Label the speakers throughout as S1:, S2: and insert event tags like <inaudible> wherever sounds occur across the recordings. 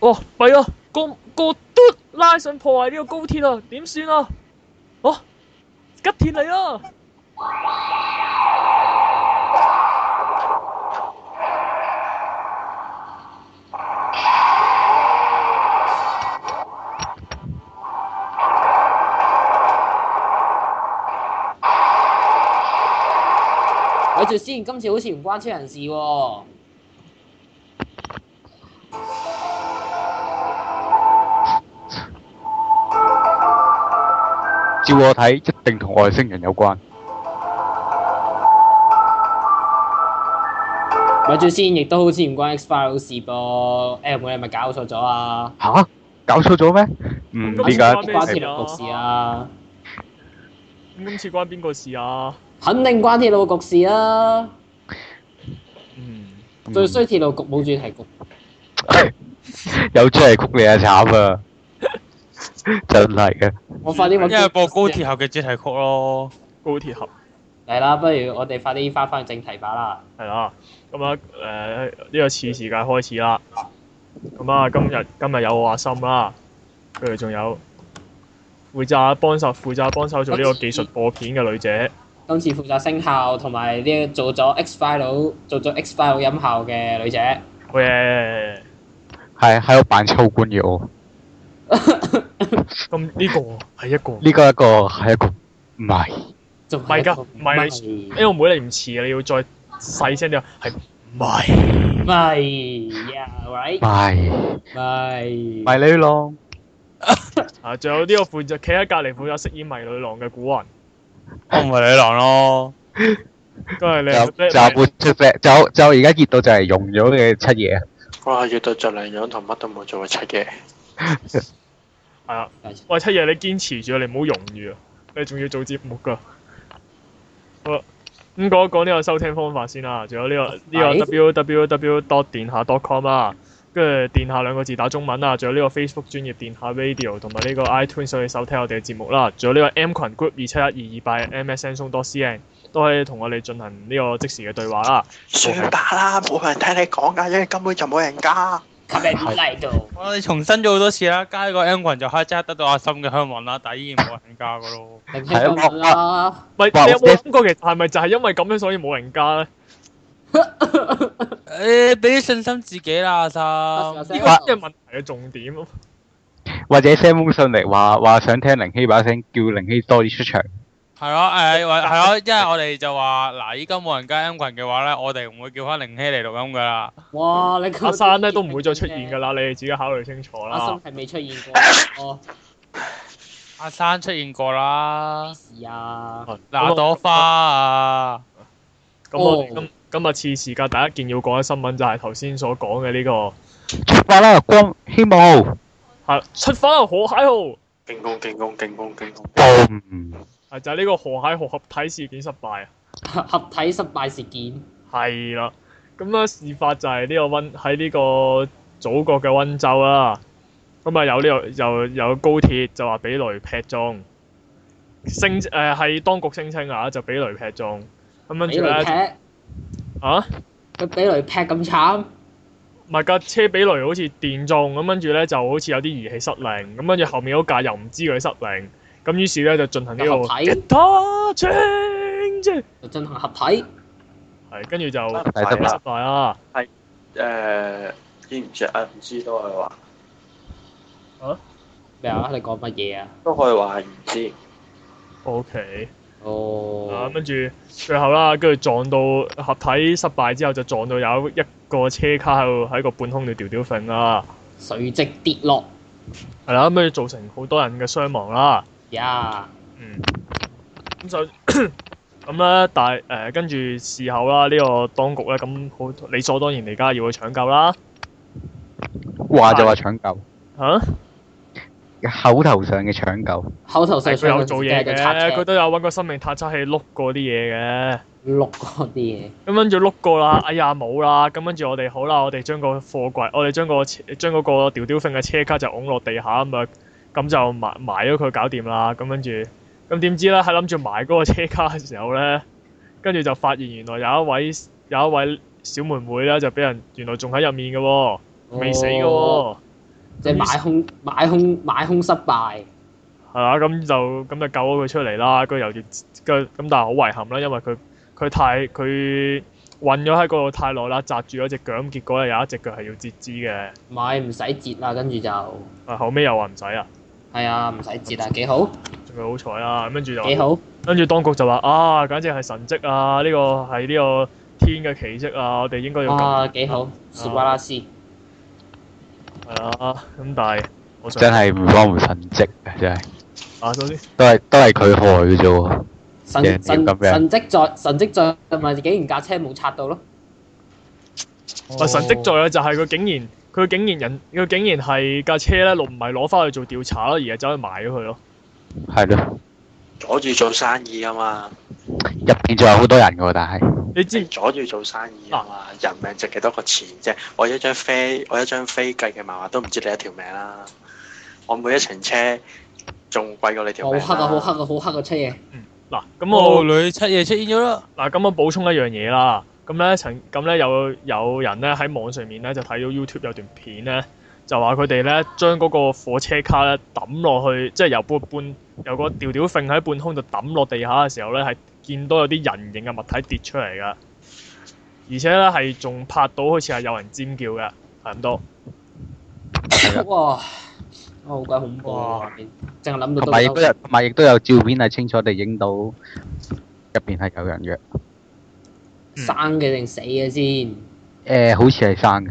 S1: 哦，弊啊！個個嘟拉上破壞呢個高鐵啊，點算啊？哦，吉田嚟啦！
S2: 睇住先，今次好似唔關車人事喎、
S3: 照我睇，一定同外星人有關。
S2: 咪住先，亦都好似唔關 X File 事噃。L 妹係咪搞錯咗啊？
S3: 吓？搞錯咗咩？唔理解。
S1: 咩事啊
S2: 關鐵路局事啊！
S1: 咁今次關邊個事啊？
S2: 肯定關鐵路局事啊！
S1: 嗯，
S3: 嗯
S2: 最衰鐵路局冇主題局，
S3: <laughs> 有主題曲你啊 <laughs> 慘啊！真係嘅，
S2: 我快啲揾。
S4: 因為播高鐵後嘅主題曲咯。
S1: 高鐵俠
S2: 嚟啦，不如我哋快啲翻返去正題吧啦。
S1: 係啦。咁啊誒呢個次時間開始啦。咁啊，今日今日有我阿心啦，跟住仲有負責幫手負責幫手做呢個技術播片嘅女姐。
S2: 今次負責聲效同埋呢個做咗 X File 做咗 X File 音效嘅女 <laughs> 姐。
S1: 好嘢！
S3: 係喺度扮秋官嘅我。
S1: 咁呢個係一個。
S3: 呢個一個係一個唔係
S2: 仲唔
S1: 係㗎唔係呢
S2: 唔
S1: 個妹你唔似啊，你要再細聲啲，係唔係？
S2: 係呀，right，
S3: 唔係
S2: 唔係
S3: 唔係你咯，
S1: 啊，仲有呢個負責企喺隔離負責飾演迷女郎嘅古雲，
S4: 我唔係女郎 <laughs> 咯，
S1: 跟住
S3: 就
S1: 你你
S3: 就活出隻就就而家熱到就嚟溶咗嘅七嘢。
S5: 我係要到着兩樣同乜都冇做嘅七嘅，
S1: 係啊，喂七爺你堅持住啊，你唔好容易啊，你仲要做節目㗎。好啦咁講一講呢個收聽方法先啦，仲有呢、個呢、個 www dot 電下 dot com 啦，跟住電下兩個字打中文啦，仲有呢個 Facebook 專業電下 Radio 同埋呢個 iTunes 可以收聽我哋嘅節目啦，仲有呢個 M 群 group 二七一二二八 MSN 松多 CN 都可以同我哋進行呢個即時嘅對話啦。
S5: 算吧啦，冇人聽你講㗎，因為根本就冇人加。
S2: 吸引嚟到。
S4: 我哋重新咗好多次啦，加呢個 M 群就可以即刻得到阿心嘅香吻啦，但係依然冇人加噶咯。
S2: 定係咁樣啦，
S1: 唔係
S3: 哇
S1: 你有
S3: 我
S1: 冇諗過其實係咪就係因為咁樣所以冇人加咧？
S4: 誒，俾啲信心自己啦，阿
S2: 阿
S1: 呢
S4: 心。
S2: 心
S1: 個先係問題嘅重點咯。
S3: 或者 send 封信嚟話話想聽靈希把聲，叫靈希多啲出場。
S4: 係咯，誒，或係咯，因為我哋就話嗱，依家冇人加 M 群嘅話咧，我哋唔會叫翻玲希嚟錄音噶啦。
S2: 哇！你
S1: 阿生咧都唔會再出現㗎。
S2: <laughs>
S1: 啦，你哋自己考慮清楚
S2: 阿生
S1: 啦。
S2: 係未出現過，哦，
S4: 阿生出現過啦，
S2: 是啊，
S4: 那朵花啊，
S1: 咁我
S2: 哦
S1: 咁今日次時間第一件要講嘅新聞就係頭先所講嘅呢個
S3: 出發啦，光希望。
S1: 係出翻河蟹號，
S5: 勁攻勁攻勁攻勁攻！
S3: boom，
S1: 係就係呢個河蟹號合體事件失敗啊。
S2: 合體失敗事件，
S1: 係啦，咁咧事發就係呢個温喺呢個祖國嘅温州啦。咁啊有呢、個又有高鐵就話俾雷劈中，聲誒係當局聲稱啊就俾雷劈中。咁跟
S2: 俾
S1: 住
S2: 雷
S1: 咧
S2: 劈，
S1: 啊〜
S2: 佢俾雷劈咁慘，
S1: 唔係架車俾雷好似電中，咁跟住咧就好似有啲儀器失靈，咁跟住後面嗰架又唔知佢失靈，咁於是咧就進行呢、個
S2: 合體
S1: guitar change，
S2: 就進行合體，
S1: 係跟住就
S5: 啊
S1: 失
S3: 大得啦，
S1: 敗啦。
S5: 誒，知唔知啊？唔知都可以話，
S2: 咩啊？你講乜嘢啊？
S5: 都可以話係唔知。
S1: OK，啊
S2: 哦，
S1: 跟住最後啦，跟住撞到合體失敗之後，就撞到有一個車卡喺度喺個半空度吊吊揈啦，
S2: 垂直跌落，
S1: 係啦，咁跟住造成好多人嘅傷亡啦。
S2: 呀，
S1: 嗯，咁就 <coughs> 咁咧，但係誒、跟住事後啦，呢、個當局咧，咁好理所當然嚟，家要去搶救啦，
S3: 話就話搶救，
S1: 嚇、
S3: 口頭上嘅搶救，
S2: 口頭上
S1: 佢有做嘢
S2: 嘅
S1: 嘅，
S2: 拆
S1: 佢
S2: 車
S1: 都有揾個生命探測器碌過啲嘢嘅，
S2: 碌嗰啲嘢，
S1: 咁跟住碌過啦，哎呀冇啦，咁跟住我哋好啦，我哋將個貨櫃，我哋將個車將嗰個吊吊揈嘅車卡就拱落地下咁啊，咁就埋埋咗佢搞掂啦，咁跟住，咁點知咧喺諗住埋嗰個車卡嘅時候咧，跟住就發現原來有一位有一位小妹妹咧就俾人原來仲喺入面嘅喎、未死嘅喎、
S2: 哦，即係買空買空買空失敗，
S1: 係啦，咁就咁就救咗佢出嚟啦。佢又住咁，但係好遺憾啦，因為佢佢太佢韞咗喺嗰度太耐啦，紮住咗只腳，咁結果咧有一隻腳係要截肢嘅。
S2: 買唔使折啦，跟住就係
S1: 啊，後尾又話唔使啦，
S2: 啊，唔使折啦，幾好
S1: 仲係好彩啦。咁跟住就話
S2: 幾好，
S1: 跟住當局就話啊，簡直係神蹟啊！呢、個係呢個天嘅奇蹟啊！我哋應該要救
S2: 啊幾好，士巴拉
S3: 嗯
S2: 斯，
S1: 係啦。咁但係我想
S3: 真係唔方唔神蹟啊！真係
S1: 啊，首先
S3: 都係都係佢害嘅啫喎。
S2: 神
S3: 贏
S2: 神
S3: 咗咁樣
S2: 神蹟在神蹟在咪竟然架車冇拆到咯，
S1: 啊神蹟在嘅就係佢竟然佢竟然人佢竟然係架車咧，唔係攞翻去做調查咯，而係走去賣咗佢咯。
S3: 係咯，
S5: 阻住做生意啊嘛，
S3: 入邊仲有好多人嘅喎，但係
S1: 你知唔
S5: 阻住做生意啊嘛，人命值幾多個錢啫？我一張飛，我一張飛計嘅漫畫都唔知你一條命啦。我每一程車仲貴過你條
S2: 好
S5: 命
S2: 黑啊好黑
S5: 啦。
S2: 啊好黑啊出嘢，
S1: 嗱咁我
S4: 魔
S5: 哦
S4: 哦女七夜出現咗啦，
S1: 嗱，咁我補充一樣嘢啦。咁咧，曾咁咧有有人咧喺網上面咧就睇到 YouTube 有段片咧，就話佢哋咧將嗰個火車卡咧抌落去，即係由半半由個吊吊揈喺半空就抌落地下嘅時候咧，係見到有啲人形嘅物體跌出嚟噶，而且咧係仲拍到好似係有人尖叫嘅，係咁多。
S3: 啊
S2: 哇！好鬼恐怖啊！淨係諗到
S3: 同
S2: 都
S3: 埋亦都有
S2: 嬲。
S3: 同埋亦都有照片係清楚地影到入邊係有人嘅。嗯
S2: 生嘅定死嘅先？
S3: 誒，好似係生嘅，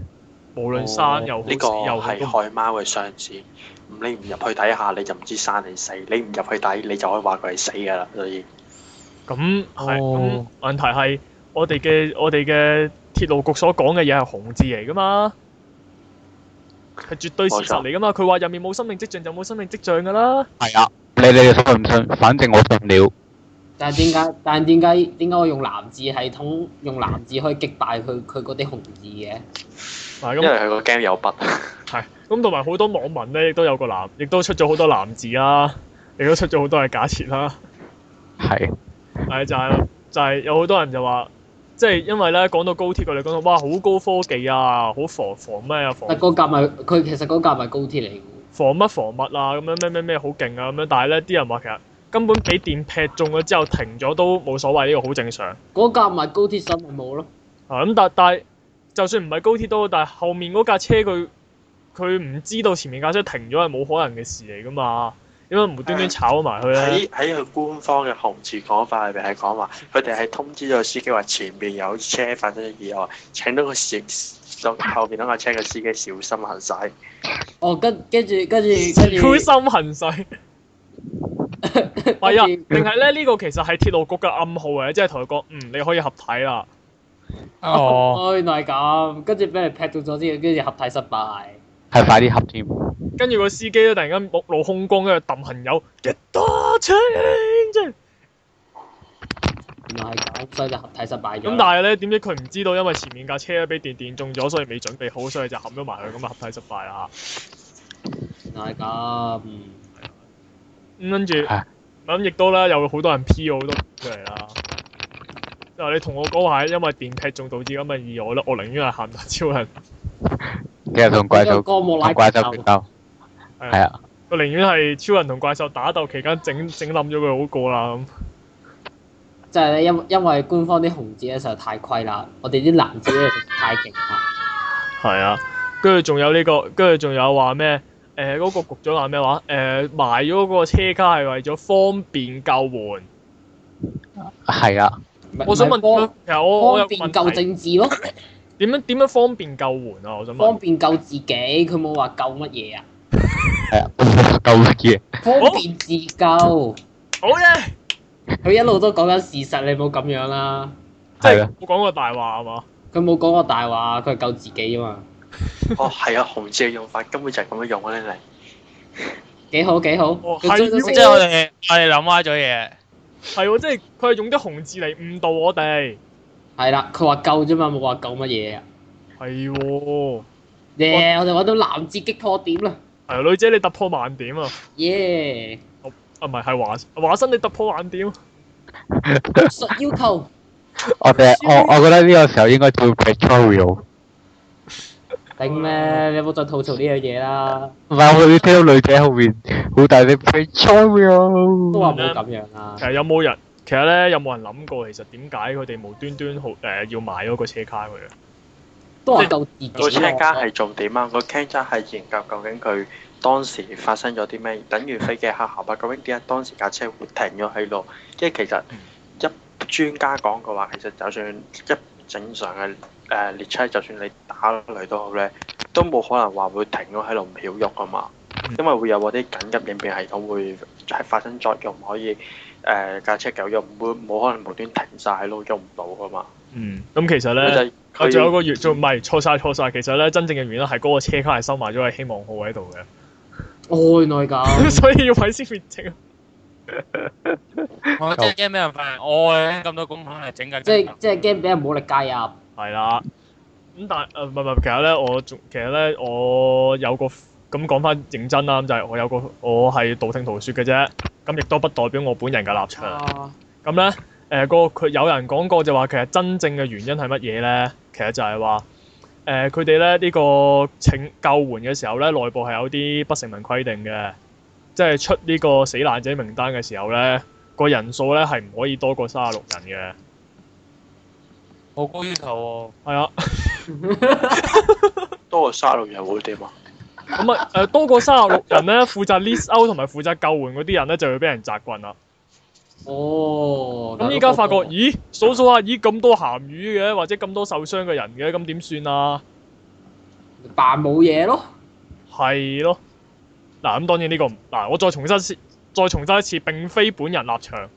S1: 無論生又好
S5: 哦呢個
S1: 死又好
S5: 係
S1: 都，
S5: 害貓嘅上司，唔你唔入去睇下你就唔知生定死，你唔入去睇你就可以話佢係死㗎啦，所以
S1: 咁係咁
S2: 哦
S1: 問題係我哋嘅我哋嘅鐵路局所講嘅嘢係紅字嚟噶嘛，係絕對事實嚟噶嘛。佢話入面冇生命跡象就冇生命跡象噶啦。
S3: 係啊。你哋信唔信？反正我信了。
S2: 但係
S3: <laughs>
S2: 點解？但係點解？點解我用藍字系統用藍字可以擊敗佢佢嗰啲紅字嘅？
S1: 係
S5: 因為
S1: 咁
S5: 佢個 game 有筆。
S1: 係啊咁，同埋好多網民咧亦都有個男，亦都出咗好多男字啦，亦都出咗好多嘅假設啦。
S3: 係
S1: 係就係、就係、有好多人就話，即係因為咧講到高鐵，佢哋講到哇好高科技啊，好防防咩啊防
S2: 但嗰架咪佢其實嗰架咪高鐵嚟嘅喎，
S1: 防乜防物啊，咁樣咩咩咩好勁啊咁樣，但係咧啲人話其實根本俾電劈中咗之後停咗都冇所謂，呢、個好正常。
S2: 嗰架咪高鐵上咪冇咯。
S1: 啊咁但但係就算唔係高鐵都好，但係後面嗰架車佢佢唔知道前面架車停咗係冇可能嘅事嚟噶嘛，因為無端端炒埋佢咧。
S5: 喺喺佢官方嘅紅字講法入邊係講話，佢哋係通知咗司機話前面有車發生咗意外，請到個司後邊嗰架車嘅司機小心行駛。 <laughs>
S2: 哦，跟跟住跟住
S1: <laughs>
S2: 跟住
S1: 孤心行使，係啊，定係咧呢個其實係鐵路局嘅暗號嚟，即係同佢講，嗯，你可以合體啦。
S4: 哦，
S2: 哦，原來係咁，跟住俾人劈到咗之後，跟住合體失敗。
S3: 係快啲合添。
S1: 跟住個司機咧突然間目露空光，跟住揼朋友，一多槍，即係
S2: 原來係咁，所以就合體失敗咗。
S1: 咁但係咧，點知佢唔知道，因為前面架車俾電電中咗，所以未準備好，所以就冚咗埋佢，咁啊合體失敗啦
S2: 原來係咁，
S1: 咁跟住
S3: 係
S1: 咁亦都咧，有好多人 P 咗好多出嚟啦。就話你同我講話係因為電劈中導致咁嘅意外咧，我寧願係鹹蛋超人，
S3: 其實同怪
S2: 呢個
S3: 獸
S2: 哥莫拉
S3: 同怪獸決鬥。
S1: 係
S3: 係啊。
S1: 我寧願係超人同怪獸打鬥期間整整冧咗佢好過啦咁。
S2: 就係咧，因因為官方啲紅字咧實在太虧啦，我哋啲藍字咧實在太勁啦。
S1: 係啊，跟住仲有呢、個，跟住仲有話咩？誒、嗰、個局長話咩話？誒、埋咗個車卡係為咗方便救援。
S3: 係啊，
S2: 唔係
S1: 我想問，
S2: 唔係
S1: 其實我我
S2: 方
S1: 有個
S2: 方便
S1: 問
S2: 救
S1: 題，
S2: 政治咯，
S1: 點樣點樣方便救援啊？我想問
S2: 方。便救自己，佢冇話救乜嘢啊？
S3: 係啊， <laughs> 夠嘢。 <laughs>
S2: 方便自救，
S1: 好嘅，
S2: 佢一路都講緊事實，你冇咁樣啦。
S1: 即
S3: 係
S1: 係
S3: 啊，
S1: 我講過大話啊嘛。
S2: 佢冇講過大話，佢係救自己啊嘛。
S5: 哦，係啊，紅字嘅用法根本就係咁樣用啊！你明？
S2: 幾好幾好，
S1: 哦
S2: 佢追到
S1: 係
S4: 即
S2: 成
S4: 係我哋我哋諗歪咗嘢，
S1: 係喎，即係佢係用啲紅字嚟誤導我哋。
S2: 係啦，佢話救啫嘛，冇話救乜嘢啊。
S1: 係喎，
S2: 耶！我哋揾到藍字擊破點啦，
S1: 係啊女姐你突破盲點啊！
S2: 耶！
S1: 啊，唔係係華華生你突破盲點。啊
S2: 學術要求
S3: 我哋我我覺得呢個時候應該跳 Victoria。
S2: 頂咩？你冇再吐槽呢樣嘢啦，
S3: 唔係我哋聽到女仔後面好大聲 p r e t r o
S2: 都
S3: l
S2: 話冇咁樣啊啦
S1: 其。實有冇人？其實咧，有冇人諗過其實點解佢哋無端端好誒、要買嗰個車卡佢啊？
S2: 都話夠自己
S5: 個車家
S2: 咯。
S5: 係重點啊！個 can 家係研究究竟佢當時發生咗啲咩，等於飛機黑盒啊！究竟點解當時架車會停咗喺度？即係
S1: 嗯
S5: 其實一專家講嘅話，其實就算一正常嘅誒、呃、列車，就算你打雷都好咧，都冇可能話會停咗喺度唔曉喐啊嘛！
S1: 嗯
S5: 因為會有嗰啲緊急應變系統會係發生作用，可以誒架、車狗喐，唔會冇可能無端停晒喺度喐唔到噶嘛！
S1: 嗯，咁其實咧，
S5: 佢
S1: 我
S5: 就
S1: 仲有一
S5: 佢
S1: 個月，仲唔係錯晒錯晒。其實咧，真正嘅原因係嗰個車卡係收埋咗喺希望號喺度嘅，
S2: 哦，原來咁。
S1: <laughs> 所以要毀屍滅跡啊。
S4: 我真係驚俾人發現，我咧咁多工可能整緊。
S2: 即係即係驚俾人武力介入。
S1: 係啦。咁但係誒唔係唔係，其實咧我仲其實咧我有個咁講翻認真啦，咁就係、我有個我係道聽途説嘅啫，咁亦都不代表我本人嘅立場。
S2: 啊
S1: 咁咧誒個佢有人講過就話其實真正嘅原因係乜嘢咧？其實就係話誒佢哋咧呢、呢個請救援嘅時候咧，內部係有啲不成文規定嘅，即係出呢個死難者名單嘅時候咧，個人數咧係唔可以多過三十六人
S4: 好高要求
S1: 嘅。係啊，
S5: 多過沙路人會點啊？
S1: 咁啊誒多過三十六人咧，負責 list out 同埋負責救援嗰啲人咧就會俾人責棍啦。
S2: <laughs> 哦。
S1: 咁依家發覺，咦數數下，咦咁多鹹魚嘅，或者咁多受傷嘅人嘅，咁點算啊？
S2: 扮冇嘢咯。
S1: 係咯，嗱咁當然呢、個唔嗱，我再重申一次，再重申一次，並非本人立場，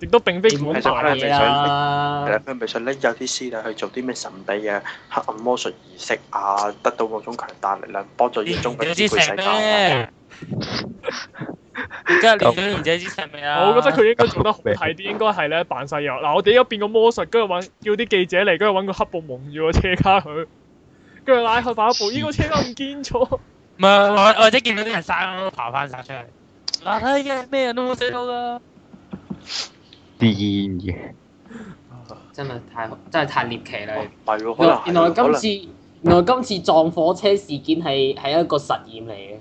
S1: 亦都並非
S2: 你唔
S1: 本
S2: 係
S5: 其實
S2: 扮
S5: 佢係
S1: 台。
S2: 嘢啦
S5: 係。啦，佢咪想拎有啲師弟去做啲咩神秘嘅黑暗魔術儀式啊，得到某種強大力量，幫助
S4: 喎，
S5: 要中國
S4: 連
S5: 支
S4: 之
S5: 配世
S4: 石
S5: 界啊。
S4: 咩？而家連咗連者之石未啊？
S1: 我覺得佢應該做得好睇啲，應該係咧扮晒嘢。嗱，我哋而家變個魔術，跟住揾叫啲記者嚟，跟住揾個黑布蒙住個車卡佢，跟住拉開把布，依個車卡唔見咗。
S4: 唔係或或者見到啲人殺咁樣爬翻晒出嚟。嗱，睇嘅咩人都冇死到㗎。
S3: 癲嘅，
S2: 真係太真係太獵奇啦！
S5: 哦唔係喎，可能
S2: 原原來
S5: 係
S2: 今
S5: 可能
S2: 次原來今次撞火車事件係係一個實驗嚟嘅，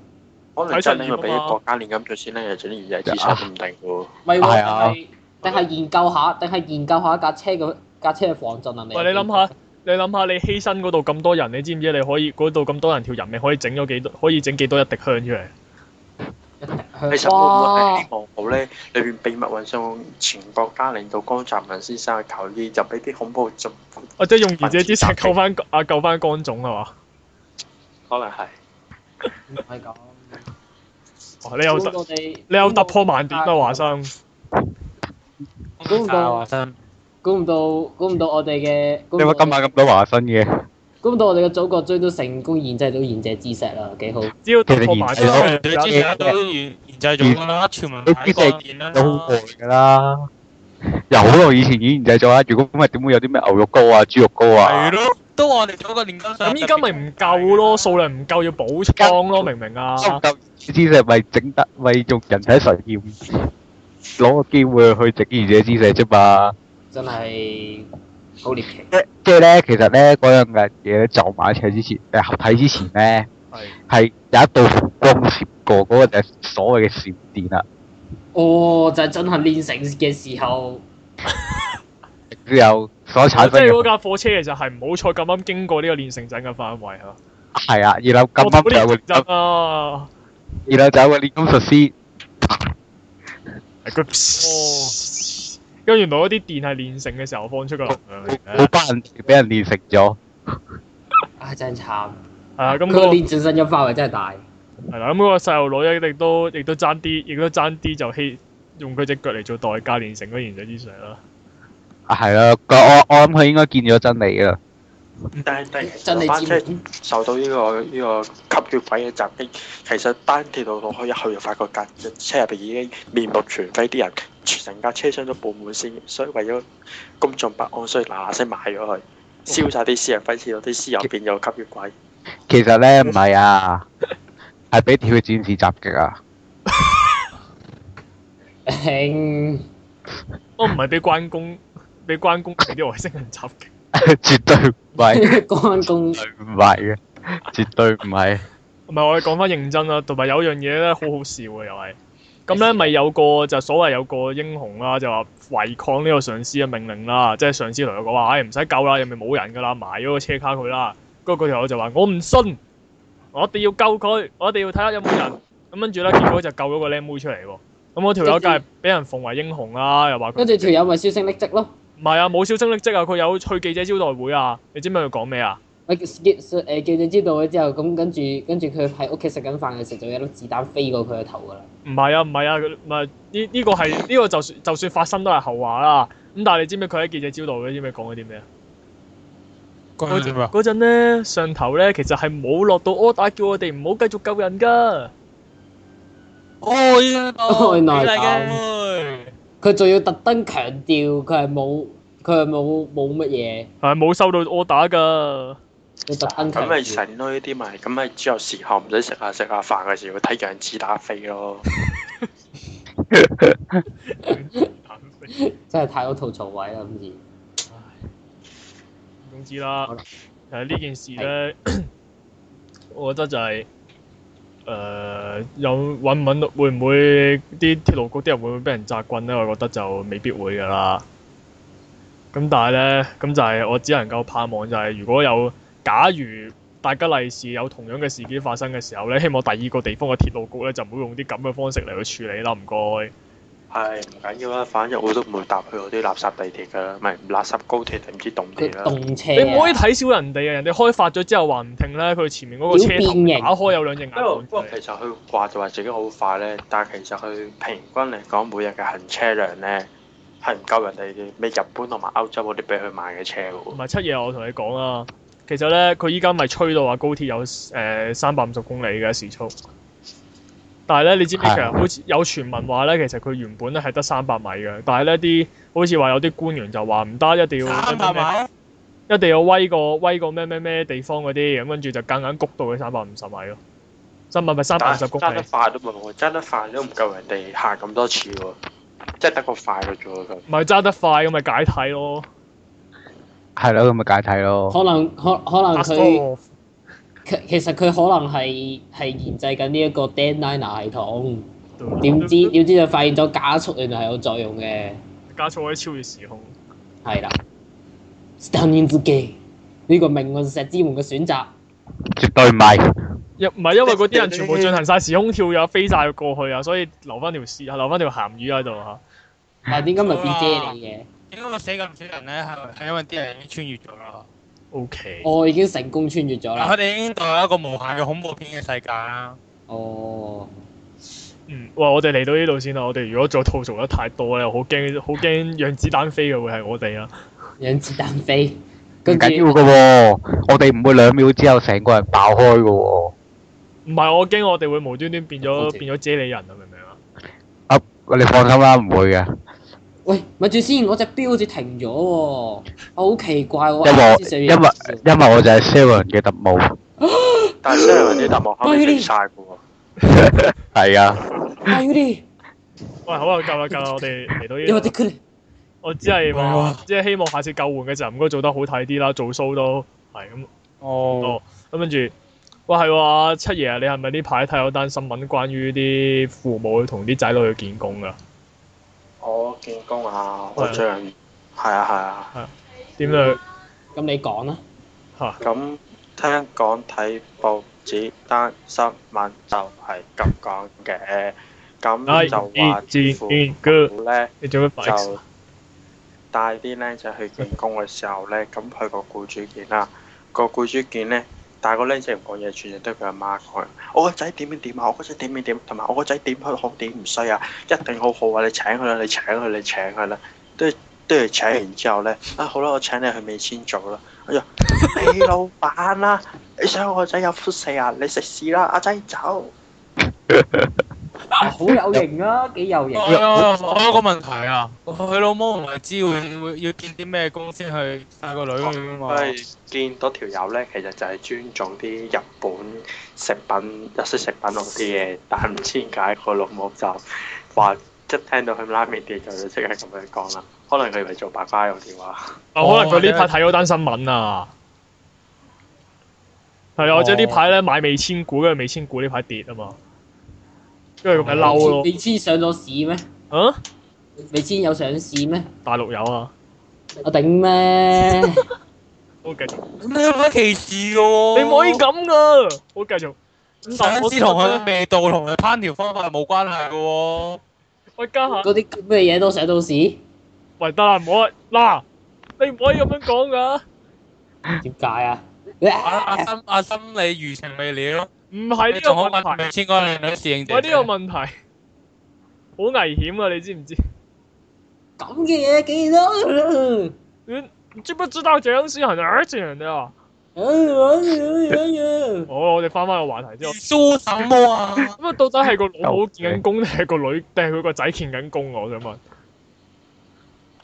S5: 可
S1: 睇
S5: 能真
S1: 實驗
S5: 係
S1: 啊
S5: 要
S1: 嘛
S5: 俾國家練咁咗先咧，整啲嘢知識唔定喎。
S2: 咪喎
S3: 係啊
S2: 定係定係研究下，定係研究下架車嘅架車嘅防震能力。
S1: 喂，你諗下，你諗下，你犧牲嗰度咁多人，你知唔知你可以嗰度咁多人條人命可以整咗幾多？可以整幾多一滴香出嚟？
S5: 其實會唔會係希望好咧？裏邊秘密運送前國家領導江澤民先生嘅球衣，就俾啲恐怖組
S1: 或者啊用賢者之石救翻啊救翻江總係嘛？
S5: 可能係
S2: 唔係咁。
S1: 哇你有
S2: 估我哋
S1: 你有突破盲點啊，華生！
S2: 估唔到
S4: 啊真。
S2: 估唔到，估唔到我哋嘅。估唔
S3: 你
S2: 到
S3: 話
S2: 我哋
S5: 啊
S3: 今晚咁多華生嘅，
S2: 估唔到我哋嘅祖國追都成功研製到賢者之石啦，幾好！
S1: 只要突破埋
S3: 其實
S1: 咗
S3: 研
S4: 你之前都研研製咗㗎啦，全民睇過見啦。
S3: 都好耐㗎啦，由好耐以前已經製咗啦。如果唔係點會有啲咩牛肉糕啊、豬肉糕啊
S4: 係？咯，都我哋做個年金上。
S1: 咁依家咪唔夠咯，數量唔夠要補倉咯，明唔明啊？
S3: 收集知識咪整得咪用人體實驗，攞個機會去整賢者之石啫嘛。
S2: 真係好獵奇。
S3: 即即係咧，其實咧嗰樣嘅嘢咧，就買一齊之前，誒合體之前咧，
S1: 係
S3: 係有一道紅光閃過，嗰、個就係所謂嘅閃電啦。
S2: 哦，就係進行練成嘅時候，
S3: 之後所產
S1: 即
S3: 生
S1: 係
S3: 嘅
S1: 嗰架火車其實係唔好彩咁啱經過呢個練成陣嘅範圍嚇。
S3: 係啊，然後咁
S1: 我
S3: 啱就
S1: 練
S3: 有個
S1: 成陣啊！
S3: 然後就有個練功術師，
S1: 係佢，跟住原來嗰啲電係練成嘅時候放出個能量嚟
S3: 好
S1: 嘅。
S3: 班人俾人練成咗。
S2: 唉，真係慘。
S1: 係啊，咁
S2: 佢
S1: 嗰
S2: 個
S1: 個
S2: 練轉身嘅範圍真係大。
S1: 係啦，咁嗰個細路女亦都亦都爭啲，亦都爭啲就希用佢只腳嚟做代價練成嗰賢者之石啦。
S3: 啊，係啦，佢我我諗佢應該見咗真理㗎啦。
S5: 但係但係
S2: 真理
S5: 班車
S2: 之門，
S5: 受到呢、個呢、個吸血鬼嘅襲擊，其實單鐵路落去一去就發覺架車入邊已經面目全非，啲人成架車廂都佈滿鮮血，所以為咗公眾不安，所以嗱嗱聲賣咗佢，燒晒啲屍人，費事到啲屍又變咗吸血鬼。
S3: 其實咧唔係啊，係俾鐵血戰士襲擊 <laughs> 啊。
S2: <laughs> 興
S1: 我唔係俾關公，俾關公俾啲外星人襲擊。
S3: 絕對唔係，
S2: 關公
S3: 絕對唔係嘅。絕對唔係。
S1: 唔係我哋講翻認真啦，同埋有樣嘢咧好好笑嘅又係，咁咧咪有個就所謂有個英雄啦，就話違抗呢個上司嘅命令啦，即係上司同佢講話，唉唔使救啦，入面冇人㗎啦，埋咗個車卡佢啦，跟住嗰條友就話我唔信，我一定要救佢，我一定要睇下有冇人，咁跟住咧結果就救咗個靚妹出嚟喎，咁嗰條友梗係俾人奉為英雄啦，又話佢
S2: 跟住條友咪銷聲匿跡咯。
S1: 唔係啊，冇銷聲匿跡啊，佢有去記者招待會啊，你知唔知佢講咩啊？
S2: 我記誒呃記者知道咗之後，咁跟住跟住佢喺屋企食緊飯嘅時候，就有一粒子彈飛過佢個頭㗎啦。
S1: 唔係啊，唔係啊，佢唔係呢呢個係呢、個就算就算發生都係後話啦。咁但係你知唔知佢喺記者招待會知唔知講咗啲咩啊？
S4: 嗰陣啊，
S1: 嗰陣咧上頭咧其實係冇落到 order 叫我哋唔好繼續救人㗎。
S4: 哦，呢個
S2: 原來
S4: 嚟
S2: 咁
S5: 嗯
S4: 嘅。
S2: 佢仲要特登強調佢係冇佢係冇冇乜嘢，
S1: 係冇收到 order 㗎。
S2: 你特登強
S5: 咁咪
S2: 調。
S5: 神咯呢啲咪，咁咪之後時候唔使食啊下食下飯嘅時候睇樣子打飛咯。
S2: 真係太多吐槽位啦，今次。
S1: 總之啦
S2: 好啦，
S1: 誒呢件事咧， <coughs> 我覺得就係、誒、有揾唔揾到，會唔會啲鐵路局啲人會唔會俾人扎棍咧？我覺得就未必會噶啦。咁但係咧，咁就係我只能夠盼望就係、如果有假如大家利是有同樣嘅事件發生嘅時候咧，希望第二個地方嘅鐵路局咧就唔好用啲咁嘅方式嚟去處理啦，唔
S2: 啊
S1: 該。
S5: 係唔緊要啦，啊反正我都唔會搭去嗰啲垃圾地鐵㗎啦，咪垃圾高鐵定唔知動
S2: 佢
S5: 鐵啦。
S2: 動車
S1: 你唔可以
S2: 啊！
S1: 睇小人哋啊！人哋開發咗之後話唔停咧，佢前面嗰個車
S2: 要變形
S1: 頭打開有兩隻眼
S5: 不過
S1: 望
S5: 不
S1: 出
S5: 過
S1: 嚟。
S5: 其實佢話就話自己好快咧，但係其實佢平均嚟講每日嘅行車量咧係唔夠人哋嘅咩日本同埋歐洲嗰啲俾佢買嘅車
S1: 唔
S5: 喎。
S1: 係七夜，我同你講啦。其實咧，佢依家咪吹到話高鐵有誒三百五十公里嘅時速，但係咧，你知唔知
S3: 係
S1: 其實好似有傳聞話咧，其實佢原本咧係得三百米嘅，但係咧啲好似話有啲官員就話唔得，一定要
S4: 三百萬，
S1: 一定要威過威過咩咩咩地方嗰啲，咁跟住就夾硬谷到佢三百五十米咯。三百咪三百
S5: 但
S1: 五十
S5: 係
S1: 公
S5: 揸
S1: 里
S5: 得，快都冇，揸得快都唔夠人哋行咁多次喎，即係得個快嘅啫喎佢。
S1: 唔係揸得快咁咪解體咯。
S3: 係咯，咁咪解體咯。
S2: 可能可可能
S1: Fast
S2: 佢
S1: off
S2: 其其實佢可能係係研製緊呢一個 Dandina 系統，點知點知就發現咗加速原來係有作用嘅，
S1: 加速可以超越時空。
S2: 係啦。當然自己呢個命運石之門嘅選擇，
S3: 絕對唔係。
S1: 又唔係因為嗰 <laughs> 啲人全部進行晒時空跳躍飛晒過去啊，所以留翻條絲，留翻條鹹魚喺度啊嚇。
S2: 但係點解咪變啫你嘅？
S4: 點解我死咁少人咧？係咪係因為啲人已經穿越咗啦？
S1: O K，
S2: 我已經成功穿越咗
S4: 佢
S2: 啦。
S4: 哋已經到有一個無限嘅恐怖片嘅世界啦。
S2: 哦，
S1: 嗯，哇！我哋嚟到呢度先啊啦，我哋如果再吐槽得太多咧，我好驚，好驚讓子彈飛嘅會係我哋啊！
S2: 讓子彈飛，
S3: 唔
S2: 跟住
S3: 緊要嘅喎，我哋唔會兩秒之後成個人爆開嘅喎。
S1: 唔係，我驚我哋會無端端變
S2: 好
S1: 咗
S2: 似
S1: 變咗啫喱人啊！明唔明啊？
S3: 啊，你放心啦，唔會嘅。
S2: 喂，咪住先，我隻錶好似停咗喎，我好奇怪
S3: 因為
S2: 喎。
S3: 我因為因為我就係 Sharon 嘅特 <laughs> 務。
S5: 但係雖然啲特務後尾整晒嘅喎，
S3: 係啊，
S2: 啊，Udi，
S1: 喂，好啦，夠啦，夠啦，我 <laughs> 哋嚟到呢
S2: 你話啲
S1: 度，
S2: 佢
S1: 我只係話
S4: 哇，
S1: 即係希望下次救援嘅時候唔該做得好睇啲啦，做 show 都係咁。
S4: 哦，
S1: 咁跟住，哇係喎，七爺啊，你係咪呢排睇咗單新聞關於啲父母同啲仔女去見工啊㗎？哦
S5: 我見工啊，我最近係啊係啊。
S1: 點樣？
S2: 咁你講啦。
S5: 咁聽講睇報紙單新聞就係咁講嘅，咁就話啲父母咧
S1: 你做乜擺？
S5: 就帶啲僆仔去見工嘅時候咧，咁佢個僱主見啦，個僱主見咧，但係個僆仔唔講嘢，全日都係佢阿媽講。我個仔點點點啊，我個仔點點點，同埋我個仔點佢好點唔衰啊，一定好好啊！你請佢啦，你請佢，你請佢啦，跟住跟住請完之後咧，啊好啦，我請你去美千做啦。哎呀，你老闆啦、你想我個仔有輻射啊？你食屎啦，阿仔走！
S2: 啊好有型啊，幾有型。
S4: 我有我有個問題啊，佢老母唔係知會會要見啲咩工先去帶個女咁樣嘛？
S5: 因為見到條友咧，其實就係尊重啲日本食品、日式食品嗰啲嘢，但係唔知點解個老母就話一聽到佢拉麵店就即刻咁樣講啦。可能佢咪做白花用電話，
S1: 啊，可能佢呢排睇嗰單新聞啊，係啊，我知呢排咧買未千股，跟住未千股呢排跌啊嘛，跟住咪嬲咯
S2: 你。知上咗市咩？
S1: 啊，
S2: 你知有上市咩？ <laughs>
S1: 大陸有啊，
S2: 我頂咩？
S1: 好繼續。
S4: 你有乜歧視嘅喎？
S1: 你唔可以咁噶，好繼續。咁但
S4: 上
S1: 係我
S4: 司同佢嘅味道同佢烹調方法冇關係嘅喎。
S1: 喂，家下
S2: 嗰啲咁嘅嘢都上到市， <laughs> 點
S1: 喂得啦，唔好啊嗱，你唔可以咁樣講噶。
S2: 解啊？
S4: 阿阿森阿森，你餘情未了，
S1: 唔係
S4: 你
S1: 呢
S4: 仲好
S1: 個
S4: 問
S1: 問題，
S4: 未千個靚女侍應
S1: 喂
S4: 者
S1: 呢個問題好危險啊！你知唔知？
S2: 咁嘅嘢幾多？
S1: 你知不知道這樣是很兒情的啊？
S2: 咁
S1: 好，我哋翻返個話題之後，
S4: 蘇什麼啊？
S1: 咁啊到底係個老母見緊工定係個女定係佢個仔見緊工啊？我想問。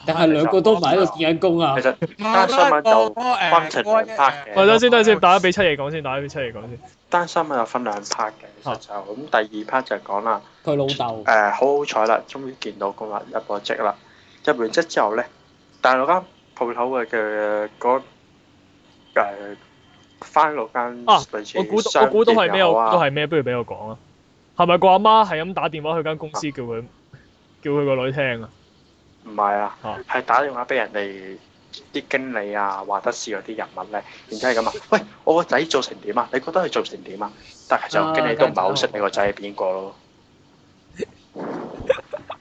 S2: 但係兩個都唔係喺度見緊工啊
S5: 其！實單新聞就
S4: 啊
S5: 分成兩
S4: 예.
S5: part 嘅。
S1: 喂，等先，等先，打咗俾七爺講先，打咗俾七爺講先。
S5: 單新聞就分兩 part 嘅，其實就咁第二 part 就講啦，
S2: 佢老豆
S5: 誒、好好彩啦，終於見到工啦，入咗職啦，入完職之後咧，大陸間鋪頭嘅嘅嗰誒翻嗰間
S1: 啊
S5: 類似
S1: 我估到
S5: 商
S1: 我估到係咩？
S5: 店
S1: 我
S5: 又好
S1: 估
S5: 啊
S1: 到係咩？不如俾我講啊。係咪個阿媽係咁打電話去間公司叫佢叫佢個女聽啊？
S5: 唔係啊
S1: 啊，
S5: 係打電話俾人哋啲經理啊、話得事嗰啲人物咧，然之後係咁啊，喂，我個仔做成點啊？你覺得佢做成點啊？但係其實經理都唔係好識你個仔係邊個咯，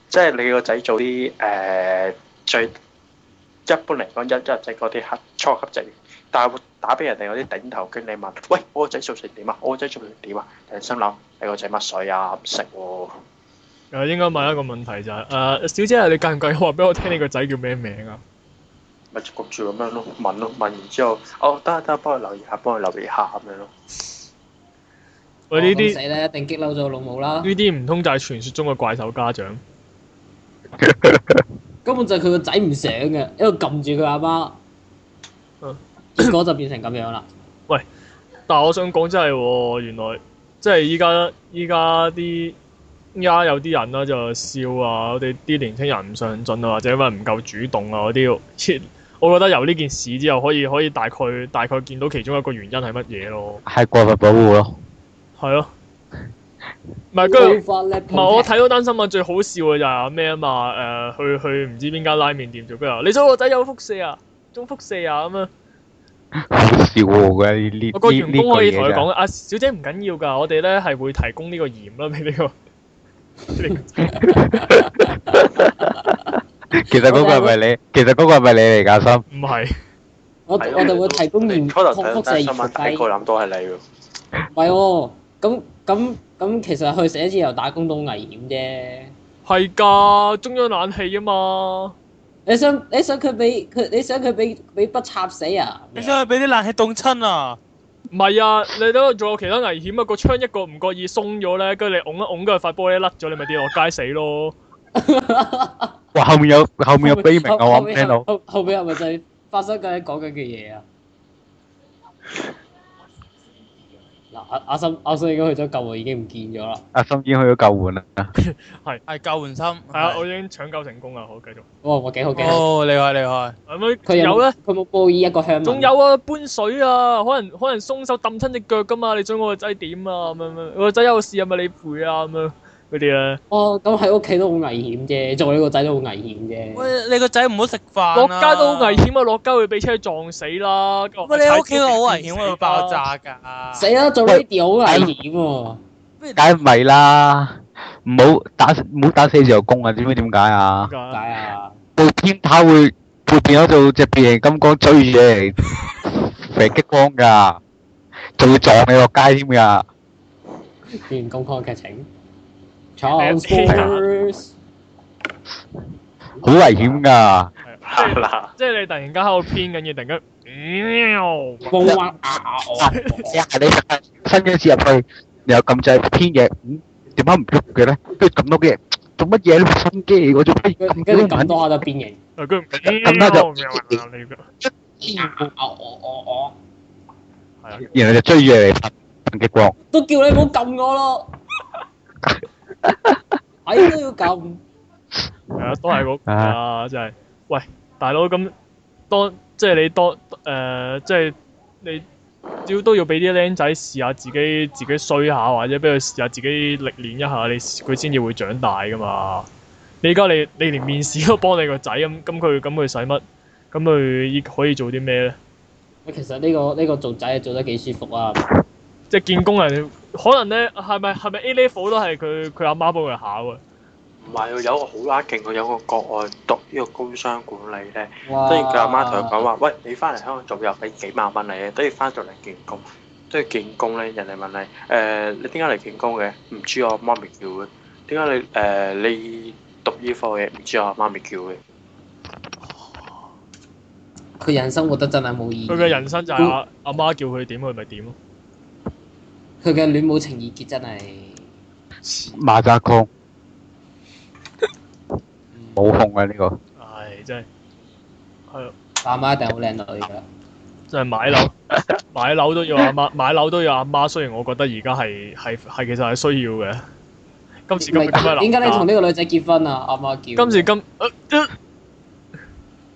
S5: 即係你個仔做啲誒、呃最一般嚟講一一即嗰啲黑初級職員，但係打俾人哋嗰啲頂頭經理問，喂，我個仔做成點啊？我個仔做成點啊？人哋心諗你個仔乜水啊？唔識喎。
S1: 誒應該問一個問題就係、誒、小姐你介唔介意話俾我聽你個仔叫咩名啊？
S5: 咪就焗住咁樣咯，問咯，問完之後，哦，得啊得啊，幫佢留意下，幫佢留意下咁樣咯。
S1: 喂呢
S2: 死
S1: 啲嗯
S2: 咧，一定激嬲咗老母
S1: 呢
S2: 啦！
S1: 啲唔通就係傳説中嘅怪獸家長？
S2: 根本就係佢個仔唔想嘅，一路撳住佢阿媽
S1: 嗯，
S2: 結果就變成咁樣啦。
S1: 但係我想講真係喎，原來即係依家依家啲依家有啲人啦，就笑啊，我哋啲年青人唔上進啊，或者因為唔夠主動啊嗰啲， <laughs> 切我覺得由呢件事之後，可以可以大概大概見到其中一個原因係乜嘢咯，
S3: 係過分保護咯。
S1: 係咯，唔係跟住。唔係我
S2: 睇
S1: 睇到單新聞最好笑嘅就係咩啊嘛？誒、去去唔知邊間拉麵店做，跟住話你咗個仔有輻射啊，中輻射啊咁樣。
S3: 好笑喎！呢呢
S1: 我個員
S3: 呢
S1: 工可以同佢
S3: 呢句嘢
S1: 講啊，小姐唔緊要㗎，我哋咧係會提供呢個鹽啦，俾呢個。
S3: <laughs> 真係其實嗰個係咪你？其實嗰個係咪你嚟㗎
S1: 唔
S3: 心？
S1: 係，
S2: 我我哋會提供
S5: 啊
S2: 鹽
S5: 你初頭
S2: 抗
S5: 睇
S2: 輻射
S5: 單新聞睇
S2: 鹽
S5: 過
S2: 劑。
S5: 諗到係你喎，
S2: 唔係喎，咁咁咁其實去寫字樓打工都危險啫。
S1: 係㗎，中央冷氣啊嘛。
S2: 你想你想佢俾佢你想佢俾俾筆插死啊？
S4: 你真係俾啲冷氣凍親啊！
S1: 唔係啊，你都仲有其他危險啊！個窗一個唔覺意鬆咗咧，跟住你拱一拱，跟住塊玻璃甩咗，你咪跌落街死咯。
S3: 哇！後面有後面有悲鳴啊！
S2: 後
S3: 我
S2: 後
S3: 啱聽到
S2: 後後後尾係咪就係發生緊講緊嘅嘢啊？嗱，阿阿森阿森已經去咗救援，已經唔見咗啦。
S3: 阿心已經去咗救援啦。
S4: 係救援心。係
S1: 係啊，我已經搶救成功啦，好繼續。
S2: 哇！我幾好幾好。
S4: 哦，厲害厲害！
S1: 咁
S2: 佢
S1: 樣有咧
S2: 冇，佢冇報以一個鄉民。
S1: 仲有啊，搬水啊，可能可能鬆手揼親只腳噶嘛，你想我個仔點啊咁樣樣，我個仔有事係咪你陪啊咁樣嗰啲咧，
S2: 哦，咁喺屋企都好危險啫，做你個仔都好危險啫。
S4: 喂，你個仔唔好食飯啊
S1: 落街都好危。險啊，落街會俾車撞死啦。
S4: 喂，你屋企好危險啊，會爆！炸㗎。
S2: 死！啦！做 radio 好危險喎。
S3: 梗係唔係啦？唔好打唔好打四字頭工啊！知唔知點解啊？
S1: 點
S2: 點
S1: 解
S2: 解啊？
S3: 部天炮會會變咗做隻變形金剛追住你嚟射激光㗎，仲會撞你落街添㗎。
S2: 變公開劇情。
S1: 係啊
S2: Transformers。
S3: 好危險㗎！
S5: <laughs>
S1: 係啊即係
S5: 嗱，
S1: 即係你突然間喺度編緊嘢，突然間喵
S2: 嗡嗡啊啊
S3: 啊你啊你啊伸一次入去，又撳掣編嘢，嗯點解唔喐嘅咧？跟住撳多嘅，做乜嘢咧？心機我做乜嘢
S2: 跟
S3: 撳
S2: 跟住
S3: 都
S2: 咁
S3: 唔
S2: 多下都變形。
S1: 啊跟住喵
S3: 咁多就
S1: 喵喵你個
S2: 啊啊啊我我我
S1: 係啊，
S3: 然後就追住你嚟噴激光。
S2: 都叫你唔好撳我咯。哎都要撳。
S1: 係啊，都係嗰個啊，真係。呃喂，大佬咁當即係你當誒，即係你要都要俾啲僆仔試下自己自己衰下，或者俾佢試下自己歷練一下，你佢先至會長大噶嘛。你而家你你連面試都幫你個仔咁，咁佢咁佢使乜？咁佢可以做啲咩咧？
S2: 其實呢、個呢、個做仔做得幾舒服啊！
S1: 即係見工人，可能咧係咪係咪 A level 都係佢佢阿媽幫佢考啊？
S5: 唔係佢有個好乸勁，佢有個國外讀呢個工商管理咧，
S2: 哇！
S5: 跟住佢阿媽同佢講話：，喂，你翻嚟香港做又俾幾萬蚊你嘅，跟住翻到嚟見工，跟住見工咧，人哋問你：，誒、你點解嚟見工嘅？唔知我媽咪叫嘅。點解你誒、你讀醫科嘅？唔知我媽咪叫嘅。
S2: 佢人生活得真係冇意義。
S1: 佢嘅人生就係阿阿媽叫佢點，佢咪點咯。
S2: 佢嘅戀母情意結真係
S3: 馬扎康
S2: 嗯
S3: 冇控啊呢個，
S1: 唉，真係係啊
S2: 阿媽一定好靚女㗎啦。
S1: 真係買
S2: <laughs>
S1: 樓買樓都要阿媽，買樓都要阿媽。雖然我覺得而家係係係其實係需要嘅。今時今日咁嘅樓價
S2: 點解你同呢個女仔結婚啊？阿媽叫。
S1: 今時今呃呃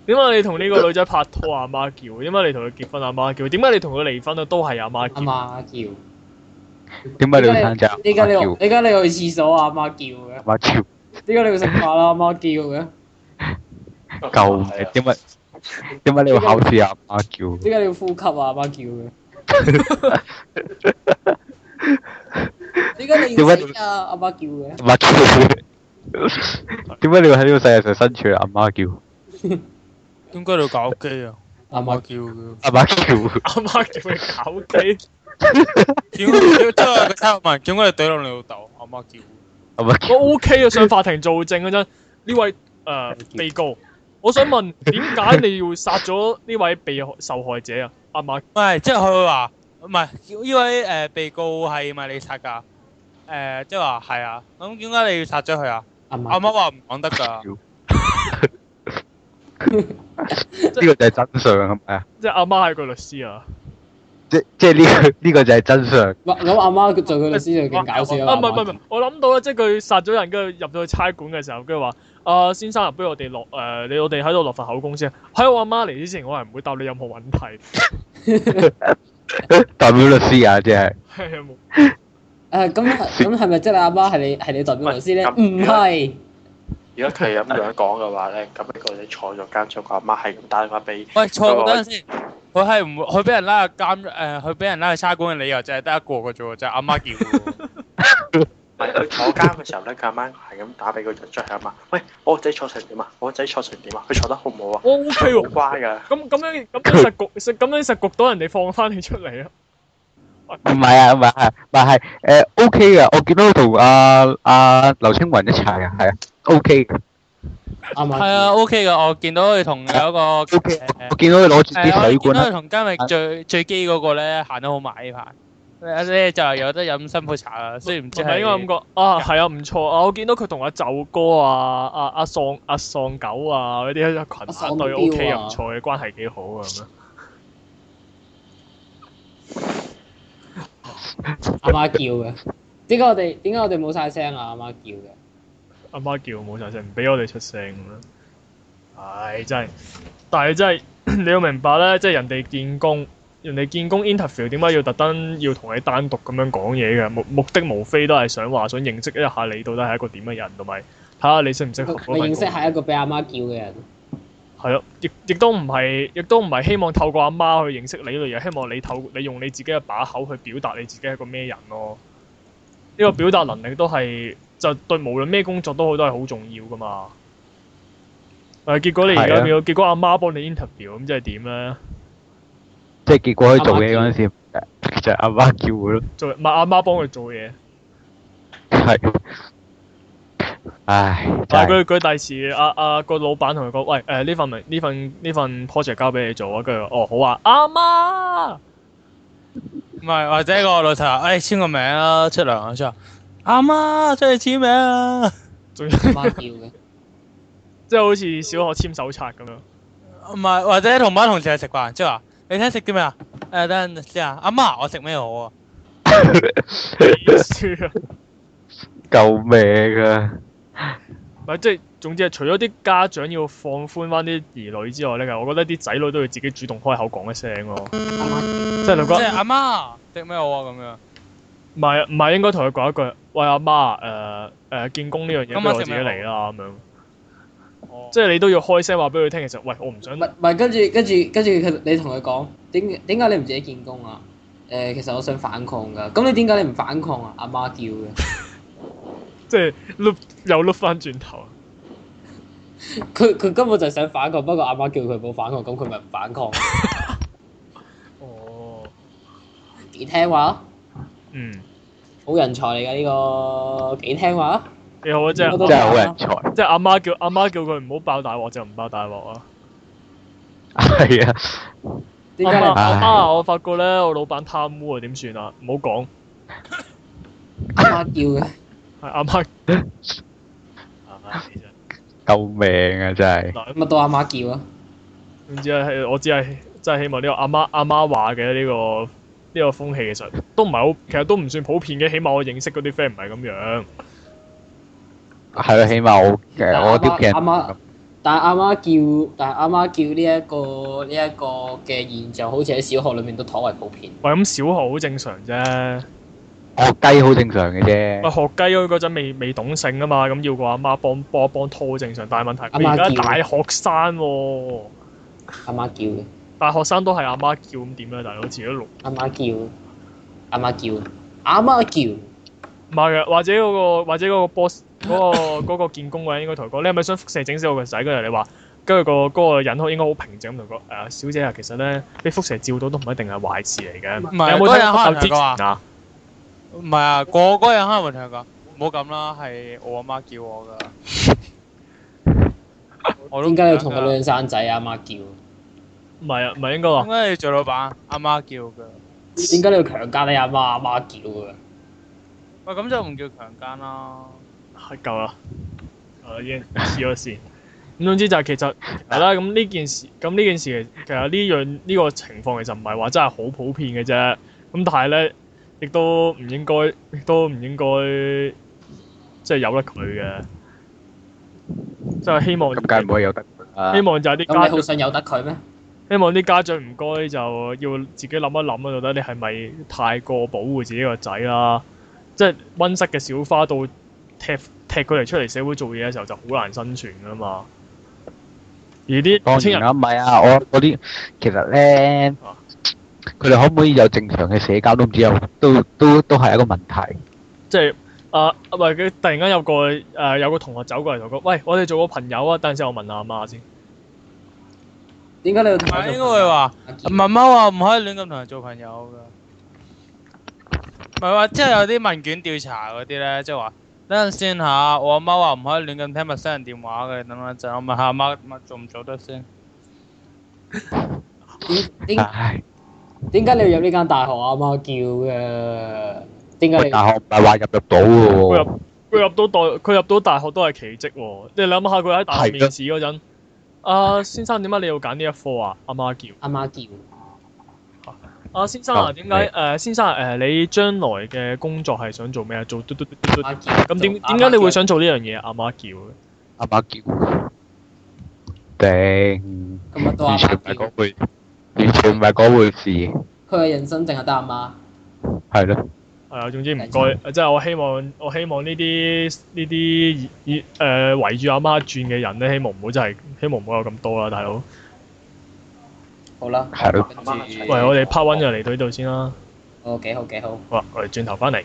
S1: 點解你同呢個女仔拍拖阿媽叫？點解你同佢結婚阿媽叫？點解你同佢離婚啊都係阿媽
S2: 阿
S1: 叫？
S2: 媽叫。
S3: 點解你要生仔？
S2: 點解你
S3: 啊阿
S2: 要
S3: 嬌
S2: 點解你去廁所啊？阿媽叫嘅。
S3: 馬超
S2: 點解你要食飯啊？阿媽叫嘅。
S3: 救命
S5: 係啊！
S3: 點解點解你要考試啊？馬 <laughs> 叫
S2: 點解你要呼吸啊？阿媽叫嘅。點解你要死啊？阿媽叫嘅。
S3: 馬超，點解你要喺呢個世界上生存啊？阿媽叫
S4: 點解你要搞基啊？
S2: 阿媽
S4: 叫嘅。
S3: 阿馬叫，
S1: 阿媽叫佢搞基。
S4: 點解點解真係個差佬問？點解你懟落你老豆？阿媽叫。
S3: 阿馬叫
S1: 我 OK 啊，上法庭做證嗰陣，呢位誒、呃被告，我想問點解你要殺咗呢位被害受害者啊？阿馬
S4: 唔係，即係佢話唔係呢位誒被告係咪你殺㗎？誒，即係話係啊。咁點解你要殺咗佢啊？
S2: 阿媽。
S4: 阿媽話唔講得㗎。
S3: 呢個就係真相係咪啊？
S1: 即係阿媽係個律師啊！
S3: 即即係 <laughs> 呢個呢個就係真 <laughs> 相。
S2: 哇咁阿媽做佢律師就勁搞
S1: 啊
S2: 笑啦。
S1: 唔係唔係唔係，我諗到啦，即係佢殺咗人，跟住入到去差館嘅時候，跟住話：啊先生，不如我哋落誒、呃你我哋喺度落份口供先。啊喺我阿媽嚟之前，我係唔會答你任何問題。 <laughs>
S3: 代表律師啊，即係
S1: 係冇
S2: 誒咁係咁係咪即係你阿媽係你係你代表律師咧？
S5: 喂咁
S2: 唔係，
S5: 如果佢係咁樣講嘅話咧，咁呢個你坐咗監咗，佢阿媽係咁打電話俾
S4: 喂，錯，
S5: 嗰個
S4: 等陣先。佢係唔會，佢俾人拉入監誒，佢俾人拉去差館嘅理由就係得一個嘅啫喎，就係阿媽叫喎。
S5: 唔係佢坐監嘅時候咧，佢阿媽係咁打俾佢出去阿媽，喂，我個仔坐成點啊？我個仔坐成點啊？佢坐得好唔好啊？
S1: 我 OK
S5: 佢好
S1: 喎。
S5: 乖㗎。
S1: 咁咁樣咁樣實焗實咁樣實焗到人哋放翻你出嚟啊！
S3: 唔係啊？唔係係唔係係誒 OK à, 嘅，我見到佢同阿阿劉青雲一齊啊，係啊 OK 嘅
S2: 阿媽。
S4: 係啊，，OK 噶，我見到佢同有一個
S3: OK，
S4: 誒
S3: 我見到佢攞住
S4: 誒
S3: 啲
S4: 我
S3: 水
S4: 見
S3: 管
S4: 到佢
S3: 啊，
S4: 同今日最最基嗰個咧行得好埋呢排，咧就係有得飲新抱茶啦，雖然唔知
S1: 唔係
S4: 係
S1: 應該咁講啊，係啊，唔錯啊！我見到佢同阿就哥啊、阿阿喪阿喪狗啊嗰啲一群
S2: 喪
S1: 下對
S2: 彪
S1: OK 又唔
S2: 啊
S1: 錯嘅關係幾好啊咁樣。
S2: 阿媽叫嘅。點解我哋點解我哋冇晒聲啊？阿媽叫嘅。
S1: 阿媽叫冇晒聲，唔俾我哋出聲咁樣。唉，真係，但係真係 <clears throat> 你要明白咧，即係人哋見工，人哋見工 interview 點解要特登要同你單獨咁樣講嘢嘅？目目的無非都係想話想認識一下你到底係一個點嘅人，同埋睇下你適唔適合嗰份
S2: 咪
S1: 工。
S2: 認識下一個俾阿媽叫嘅人。
S1: 係咯，亦亦都唔係，亦都唔係希望透過阿媽去認識你咯，而係希望你透你用你自己嘅把口去表達你自己係一個咩人咯。呢、個表達能力都係就對無論咩工作都好，都係好重要噶嘛。誒、結果你而
S3: 係
S1: 家
S3: 啊
S1: 變咗，結果阿媽幫你 interview，咁即係點咧？
S3: 即係結果佢做嘢嗰陣時就係阿媽叫佢咯，
S1: 做唔係阿媽幫佢做嘢，
S3: 係。唉，真
S1: 但係
S3: 係
S1: 佢佢第時阿阿個老闆同佢講，喂誒呢、份咪呢份呢份 project 交俾你做啊，跟住哦好啊，阿媽
S4: 唔係或者個老細話，哎誒簽個名啦，出糧啊，出糧阿媽出去簽名啊，
S1: 仲
S2: 阿媽叫嘅。
S1: <laughs> 即係好似小學簽手冊咁樣。
S4: 唔係或者同班同事去食飯，即係話你睇食啲咩啊？誒等陣先啊，阿媽我食咩好啊？
S1: 黐線啊
S3: 救命啊！
S1: 唔係即係總之係除咗啲家長要放寬翻啲兒女之外咧，其實我覺得啲仔女都要自己主動開口講一聲咯。
S2: 嗯
S1: 即係你覺
S4: 即
S1: 得
S4: 係阿媽滴咩我啊咁樣。
S1: 唔係唔係應該同佢講一句，喂阿媽誒誒、建工呢樣嘢
S4: 今
S1: 不如
S4: 晚
S1: 我
S4: 食
S1: 自己
S4: 咩
S1: 嚟啦咁樣。
S4: 哦
S1: 即係你都要開聲話俾佢聽，其實喂我唔想
S2: 唔係唔係，跟住跟住跟住佢你同佢講點解點解你唔自己見工啊？誒、其實我想反抗㗎。咁你點解你唔反抗啊？阿媽叫嘅。
S1: 即係碌又碌翻轉頭。
S2: 佢佢根本就係想反抗，不過阿媽叫佢冇反抗，咁佢咪唔反抗。
S1: 哦，
S2: 幾聽話啊？
S1: 嗯，
S2: 好人才嚟㗎呢個，幾聽話啊？
S1: 幾好啊！即係
S2: 我都
S3: 真係好人才，
S1: 即係阿媽叫阿媽叫佢唔好爆大鑊就唔爆大鑊啊！
S3: 係啊，
S2: 點
S1: 阿
S2: 解你
S1: 媽
S2: 唔
S3: 唉
S1: 阿媽，我發覺咧我老闆貪污啊，點算啊？唔好講，
S2: 阿媽叫嘅？
S1: 係阿媽。唉真係
S3: 救命啊！真係
S2: 咪到阿媽叫啊！
S1: 唔知啊，係我只係真係希望呢個阿媽阿媽話嘅呢個呢、個風氣，其實都唔係好，其實都唔算普遍嘅。起碼我認識嗰啲 friend 唔係咁樣。
S3: 係啊，起碼我
S2: 但係
S3: 誒我啲屋企人
S2: 阿媽，但係阿媽叫，但係阿媽叫呢、一個呢一、個嘅現象，好似喺小學裏面都頗為普遍。
S1: 喂，咁小學好正常啫。
S3: 學雞好正常嘅啫
S1: 喂，。學雞嗰陣未未懂性啊嘛，咁要個阿媽幫幫一幫拖好正常。但係問題，
S2: 阿媽
S1: 佢而家
S2: 叫
S1: 大學生喎、
S2: 阿媽叫嘅，
S1: 大學生都係阿媽叫咁點咧？大佬自己錄
S2: 阿媽叫嘅，阿媽叫嘅，阿媽叫。
S1: 唔係嘅，啊或者嗰、個或者嗰個 boss 嗰、個嗰個建工嗰人應該同佢講，你係咪想輻射整死我個仔？跟住你話，跟住個嗰個人應該好平靜咁同佢講，誒、小姐啊，其實咧俾輻射照到都唔一定係壞事嚟嘅。
S4: 唔係
S1: 你有冇
S4: 嗰
S1: 睇
S4: 人
S1: 過鬥
S4: 可能
S1: 之
S4: 係佢話
S1: 前啊？
S4: 唔係啊，個個人可能會同佢講，唔好咁啦，係我阿媽叫我噶。我都
S2: <laughs> 點
S4: 唔
S2: 解要
S4: 想
S2: 同
S4: 㗎
S2: 個女人生仔啊？阿媽叫。
S1: 唔係啊，唔係應該話
S4: 點解你做老闆？阿媽叫㗎。
S2: 點解你要強姦你阿媽？阿媽叫嘅。
S4: 喂，咁就唔叫強姦啦。
S1: 係夠 <laughs> 啦，夠哦啦已 <laughs> 經黐咗線。咁總之就係其實係啦，咁呢件事咁呢件事其實呢樣呢、個情況其實唔係話真係好普遍嘅啫。咁但係咧，亦都唔應該，亦都唔應該即係由得佢嘅。即係希望
S3: 咁梗係唔可以有得啊
S1: 希！望就係啲
S2: 咁
S1: 家
S2: 你好
S1: 長，
S2: 想由得佢咩？
S1: 希望啲家長唔該就要自己諗一諗啊，到底你係咪太過保護自己個仔啦？即係温室嘅小花到踢踢佢哋出嚟社會做嘢嘅時候就好難生存噶嘛。而啲
S3: 當
S1: 年輕人
S3: 然啦，唔係啊，我嗰啲其實咧
S1: 啊，
S3: 佢哋可唔可以有正常嘅社交都唔知有，都都都係一個問題。
S1: 即係啊，唔係佢突然間有個誒、呃有個同學走過嚟同我講：喂，我哋做個朋友啊！等陣先，我問下阿媽先。
S2: 點解你要
S4: 唔
S2: 同我
S4: 係啊
S2: 做？
S4: 應該會話，媽媽話唔可以亂咁同人做朋友㗎。唔係話，即係有啲問卷調查嗰啲咧，即係話等陣先嚇，我阿媽話唔可以亂咁聽陌生人電話嘅，等一陣我問下阿媽媽做唔做得先。
S2: 點點
S3: 唉，
S2: 點解你要入呢間大學啊？阿媽叫嘅。點解你？
S3: 大學唔係話入入到
S1: 佢
S3: 嘅喎，
S1: 入佢入到大佢入到大學都係奇蹟喎！你諗下佢喺大學
S3: 係嘅
S1: 面試嗰陣，啊先生點解你要揀呢一科啊？阿媽叫。
S2: 阿媽叫。
S1: 啊先生啊，
S3: 哦
S1: 點解誒先生誒、你將來嘅工作係想做咩啊？做嘟嘟嘟嘟嘟
S2: 阿媽叫。
S1: 咁點點解你會想做呢樣嘢啊？阿媽叫嘅，
S3: 阿媽叫頂，
S2: 咁啊？到阿
S3: 完全
S2: 媽
S3: 唔係
S2: 叫
S3: 嗰。回，完全唔係嗰回事，
S2: 佢嘅人生淨係得阿媽。
S3: 係咯。
S1: 係啊，總之唔該，即係我希望我希望呢啲呢啲以誒圍住阿媽轉嘅人咧，希望唔好真係希望唔好有咁多啦，大佬。
S2: 好啦。
S3: 係咯
S2: 跟住
S1: 喂，我哋 part one 就嚟到呢度先啦。
S2: 哦，幾好幾好。
S1: 好啦，我哋轉頭翻嚟，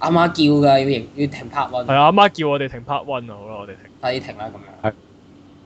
S2: 阿媽叫㗎，要停要停 part one，
S1: 係啊，阿媽叫我哋停 part one 啊，好啦，我哋停。
S2: 快啲停啦咁樣。